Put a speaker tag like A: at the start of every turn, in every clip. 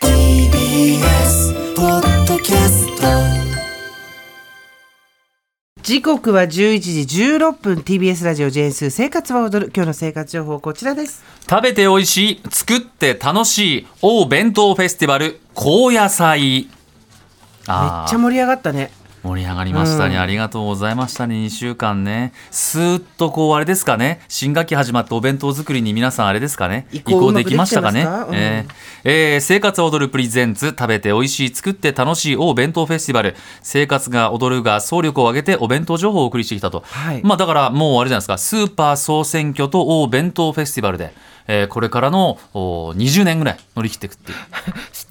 A: TBS ポッドキャスト
B: 時刻は11時16分 TBS ラジオジェーンスー生活は踊る今日の生活情報こちらです
C: 食べて美味しい、作って楽しい、大弁当フェスティバル、高野菜。
B: めっ
C: あ
B: ちゃ
C: あ、
B: 盛り上がったね
C: 盛り上がりましたね、
B: うん
C: ありがとうございましたね。2週間ね。スーッとこう、あれですかね。新学期始まってお弁当作りに皆さんあれですかね。
B: 移
C: 移
B: 行
C: 行できましたかね。
B: うまくできてますかうん
C: えーえー生活は踊るプレゼンツ、食べて美味しい、作って楽しい、大弁当フェスティバル。生活が踊るが、総力を挙げてお弁当情報をお送りしてきたと。
B: はい
C: まあだからもうあれじゃないですか、スーパー総選挙と大弁当フェスティバルで、えーこれからのお20年ぐらい乗り切っていくっていう。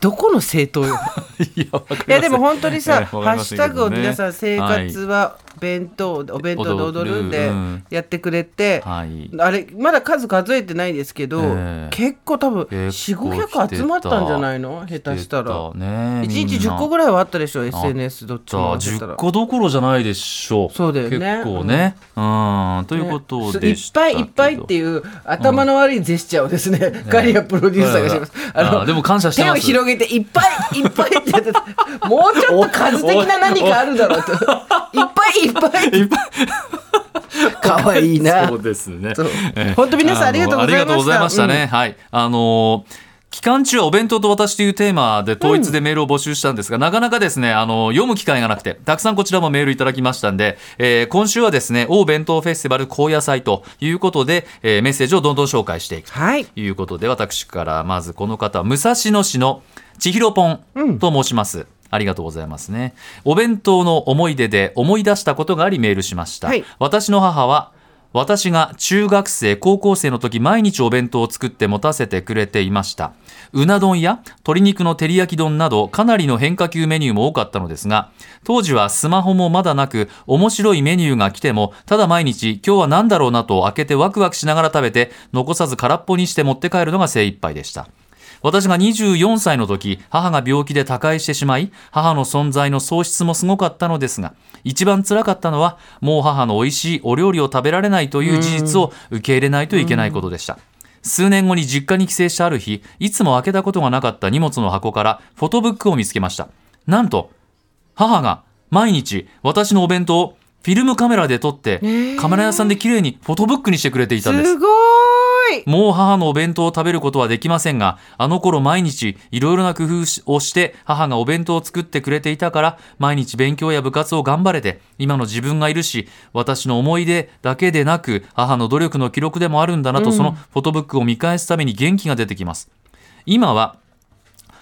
B: どこの政党よ
C: いや、わかりま
B: い
C: せん
B: やでも本当にさ、
C: えーわか
B: ハ
C: り
B: ッ
C: ませ
B: シュ
C: んけ
B: タグ
C: ど
B: を
C: ね
B: 皆さん生活
C: は
B: は弁当、お弁当で踊るん
C: 踊
B: で
C: るうん
B: やってくれて、
C: はい
B: あれまだ数数えてないですけど、
C: ええ
B: 結構多分
C: 結構
B: 4500集まったんじゃないの下手したら
C: 来てたね
B: 1日
C: みんな
B: 10個ぐらいはあったでしょ SNS どっち
C: じゃ
B: も
C: あ
B: 合わせたら
C: 10個どころじゃないでしょう。
B: そうだよね
C: 結構ね。うん、ということでした
B: ねいっぱいいっぱいって
C: う。
B: いう頭の悪いジェスチャーをですね、 ガリアプロデューサーがします。
C: あらでも感謝してます
B: 手を広げていっぱいいっぱいってやってた。 もうちょっと数的な何かあるだろうと。いっぱいいっぱい。
C: いっぱ
B: 可愛いな
C: そ。うですね
B: そう。
C: ええ
B: 本当皆さんありがとうございました
C: あのありがとうございましたね。はい。あのー期間中はお弁当と私というテーマで統一でメールを募集したんですが、なかなかですね、あの、読む機会がなくて、たくさんこちらもメールいただきましたんで、えー今週はですね、大弁当フェスティバル高野菜ということで、えーメッセージをどんどん紹介していく
B: はい。
C: ということで、私から、まずこの方、武蔵野市の千尋ぽんと申します。ありがとうございますね。お弁当の思い出で思い出したことがありメールしました。
B: はい
C: 私の母は、私が中学生、高校生の時毎日お弁当を作って持たせてくれていました。うな丼や鶏肉の照り焼き丼などかなりの変化球メニューも多かったのですが、当時はスマホもまだなく面白いメニューが来ても、ただ毎日今日は何だろうなと開けてワクワクしながら食べて、残さず空っぽにして持って帰るのが精一杯でした。私が24歳の時、母が病気で他界してしまい、母の存在の喪失もすごかったのですが、一番辛かったのは、もう母の美味しいお料理を食べられないという事実を受け入れないといけないことでした。数年後に実家に帰省したある日、いつも開けたことがなかった荷物の箱からフォトブックを見つけました。なんと、母が毎日私のお弁当をフィルムカメラで撮って、カメラ屋さんで綺麗にフォトブックにしてくれていたんです
B: す。ごーい。
C: もう母のお弁当を食べることはできませんが、あの頃毎日いろいろな工夫をして母がお弁当を作ってくれていたから、毎日勉強や部活を頑張れて、今の自分がいるし、私の思い出だけでなく、母の努力の記録でもあるんだなと、そのフォトブックを見返すために元気が出てきます。今は、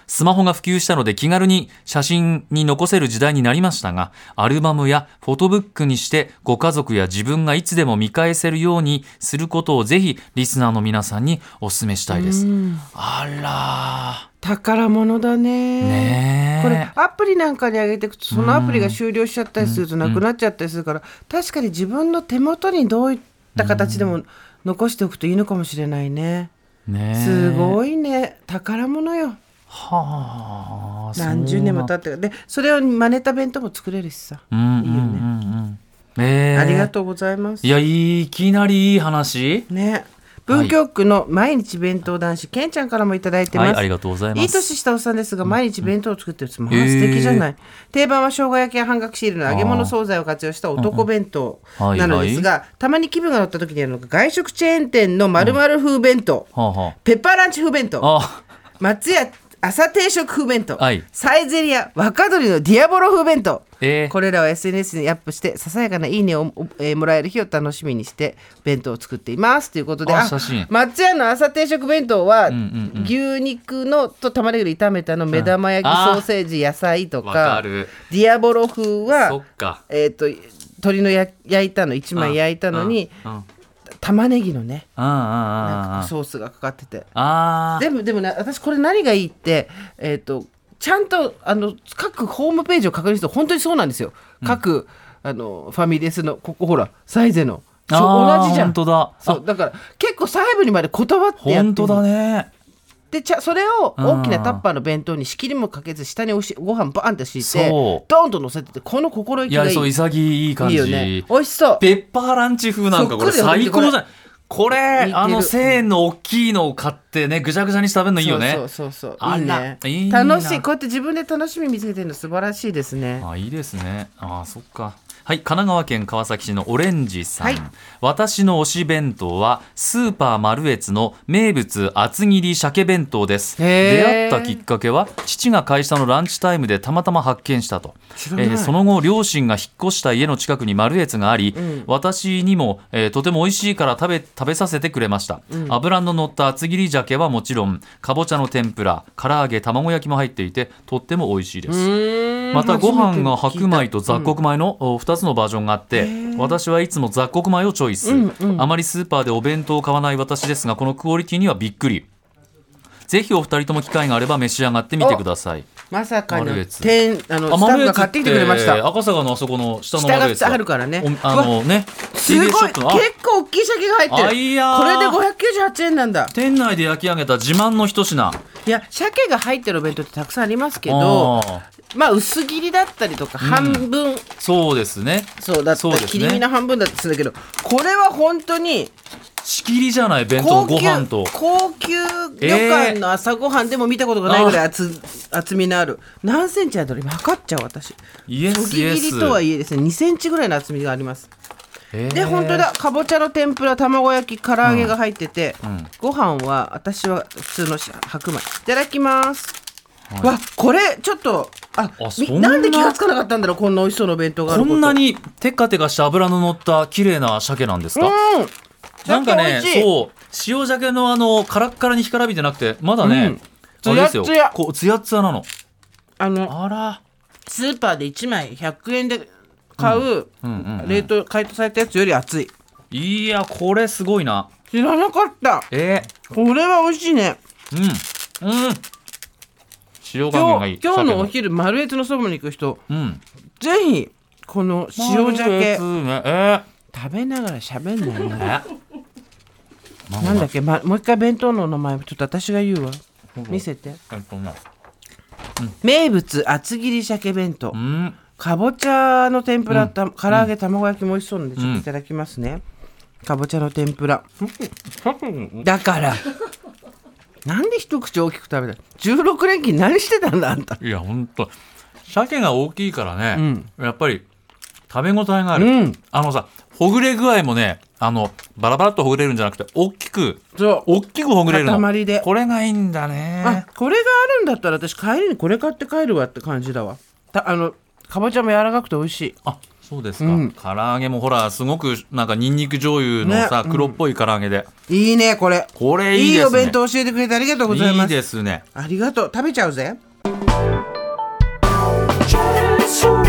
C: スマホが普及したので気軽に写真に残せる時代になりましたが、アルバムやフォトブックにしてご家族や自分がいつでも見返せるようにすることをぜひリスナーの皆さんにお勧めしたいです。あ
B: 宝物だね。
C: らー、ねえ。
B: これアプリなんかに上げていくとそのアプリが終了しちゃったりするとなくなっちゃったりするから、確かに自分の手元にどういった形でも残しておくといいのかもしれないね。
C: ねえ
B: すご
C: い。
B: いね宝物よ
C: はあ。
B: 何十年も経
C: っ
B: ってでそれを真似た弁当も作れるしさ、
C: うんうんうん
B: いいよ
C: うん。ええ
B: ありがとうございます
C: いや、いきなりいい話。
B: ね文京区の毎日弁当男子、けんちゃんからもいただいてます、
C: はい、ありがとうございます。
B: いい年したおっさんですが毎日弁当を作ってるつもり素敵じゃない、定番は生姜焼きや半額シールの揚げ物惣菜を活用した男弁当
C: うんうん
B: なのですが、たまに気分が乗った時にやるのが外食チェーン店のまる風弁当、
C: はあは
B: ペッパーランチ風弁当
C: あ。あ、
B: 松屋朝定食風弁当、
C: はい
B: サイゼリア若鳥のディアボロ風弁当
C: ええ
B: これらを SNS にアップしてささやかないいねを、おえーもらえる日を楽しみにして弁当を作っていますということで
C: あ
B: あ
C: 写真
B: 松屋の朝定食弁当は、
C: ん
B: 牛肉のと玉ねぎの炒めたの目玉焼き
C: あー
B: ソーセージ野菜と
C: わ
B: か
C: かる
B: ディアボロ風
C: そ
B: は
C: っ、か。
B: えー、と鶏のや焼いたの1枚焼いたのに
C: うん。うん
B: 玉ねぎのね
C: うんうんうんうん
B: なんかソースがかかってて
C: あー
B: 全部でもね私これ何がいいってえっ、とちゃんとあの各ホームページを確認すると本当にそうなんですよ。各、あのファミレスのここほらサイゼのそう
C: あー
B: 同じじゃん。
C: 本当だ
B: そうだから結構細部にまでこだわってやってる
C: 本当だね
B: でちゃそれを大きなタッパーの弁当に仕切りもかけず下におしご飯バーンって敷いて
C: そう
B: ドーンと乗せててこの心意
C: い
B: 気が
C: や
B: いい
C: そう潔い感
B: い
C: じ
B: いよね美味しそう
C: ペッパーランチ風なんかこれ
B: そっくり
C: 最
B: だこれ
C: 高じゃんこれ
B: 似てる
C: あの1000円の大きいのを買ってねぐちゃぐちゃにして食べるのいいよね
B: そうそうそうそう
C: あ
B: いい
C: ら
B: ね
C: いいな
B: 楽しいこうやって自分で楽しみ見つけてるの素晴らしいですね
C: あいいですねあそっかはい神奈川県川崎市のオレンジさん、
B: はい
C: 私の推し弁当はスーパーマルエツの名物厚切り鮭弁当です
B: へー
C: 出会ったきっかけは父が会社のランチタイムでたまたま発見したと
B: 知らない
C: ーその後両親が引っ越した家の近くにマルエツがあり、
B: ん
C: 私にも、えーとても美味しいから食べ食べさせてくれました、油の乗った厚切り鮭はもちろんかぼちゃの天ぷら唐揚げ卵焼きも入っていてとっても美味しいですまたご飯が白米と雑穀米のお2つのバージョンがあって私はいつも雑穀米をチョイスあまりスーパーでお弁当を買わない私ですがこのクオリティにはびっくりぜひお二人とも機会があれば召し上がってみてください
B: まさか
C: マルエ
B: の
C: ツ
B: 店あのスタッフが買ってきてくれまし
C: マルエツって
B: た
C: 赤坂のあそこの下の
B: 下
C: マルエ
B: が
C: ツだ
B: あるからね
C: おあのね
B: すごい
C: TBS
B: 結
C: ショップのあ
B: 構大きい鮭が入って
C: あ
B: る
C: いやー
B: これで598円なんだ
C: 店内で焼き上げた自慢の一品
B: いや鮭が入ってるお弁当ってたくさんありますけ
C: あ
B: ど
C: ー
B: まあ薄切りだったりとか半分
C: そうですね
B: そうだった
C: そう
B: り
C: ですね
B: 切り身の半分だったりするんだけどこれは本当に
C: 仕切りじゃない弁当
B: 高級
C: ご飯と
B: 高級旅館の朝ごはんでも見たことがないぐらい厚,、厚みのある何センチあるの測っちゃう私
C: イエ
B: そ
C: ス
B: ぎ
C: イエ
B: 切り
C: ス
B: とはいえですね2センチぐらいの厚みがあります
C: えー
B: で本当だかぼちゃの天ぷら卵焼き唐揚げが入ってて、
C: ん
B: ご飯は私は普通の白米いただきます、わこれちょっとあ
C: あそ
B: み
C: んな
B: なんで気がつかなかったんだろうこんな美味しそうなお弁当がある
C: こ
B: こと
C: んなにテカテカした脂の乗った綺麗な鮭なんですか、
B: うん
C: なんか
B: 鮭美
C: ね
B: 味しい
C: そう塩鮭のあのカラッカラに干からびてなくてまだね、
B: うん
C: あれですよ
B: ツヤツヤ
C: こうツヤツヤなの
B: あの
C: あら
B: スーパーで1枚100円で買う
C: うんうんうん
B: 冷凍解凍されたやつより熱い
C: いやこれすごいな
B: 知らなかった
C: え
B: これは美味しいね
C: ー、うんうん塩加減
B: 今
C: がいい
B: 日今日のお
C: 鮭
B: 昼丸越のそばに行く人
C: うん
B: ぜひこの塩
C: まあいいで
B: 鮭
C: すねえ
B: 食べながら喋んないな
C: ー、え
B: なんだっけ、ま、もう一回弁当の名前ちょっと私が言うわ見せて
C: えっとね
B: 名物厚切り鮭弁当、
C: うん
B: かぼちゃの天ぷらた、唐揚げ卵焼きも美味しそうなんでちょっといただきますね、かぼちゃの天ぷらだからなんで一口大きく食べない16連勤何してたんだあんた
C: いやほんと鮭が大きいからね
B: ん、
C: やっぱり食べ応えがある、
B: うん
C: あのさほぐれ具合もねあのバラバラっとほぐれるんじゃなくて大きく
B: そう
C: 大きくほぐれるの
B: 塊で
C: これがいいんだね
B: あこれがあるんだったら私帰りにこれ買って帰るわって感じだわたあのかぼちゃも柔らかくて美味しい
C: あそうですか、
B: うん
C: 唐揚げもほらすごくなんかニンニク醤油の
B: ね
C: さ、
B: うん
C: 黒っぽい唐揚げで
B: いいねこれ
C: これいい
B: い
C: ですね
B: いお弁当教えてくれてありがとうござい
C: い
B: ま
C: い
B: す
C: ですね
B: ありがとう食べちゃうぜ
A: シュ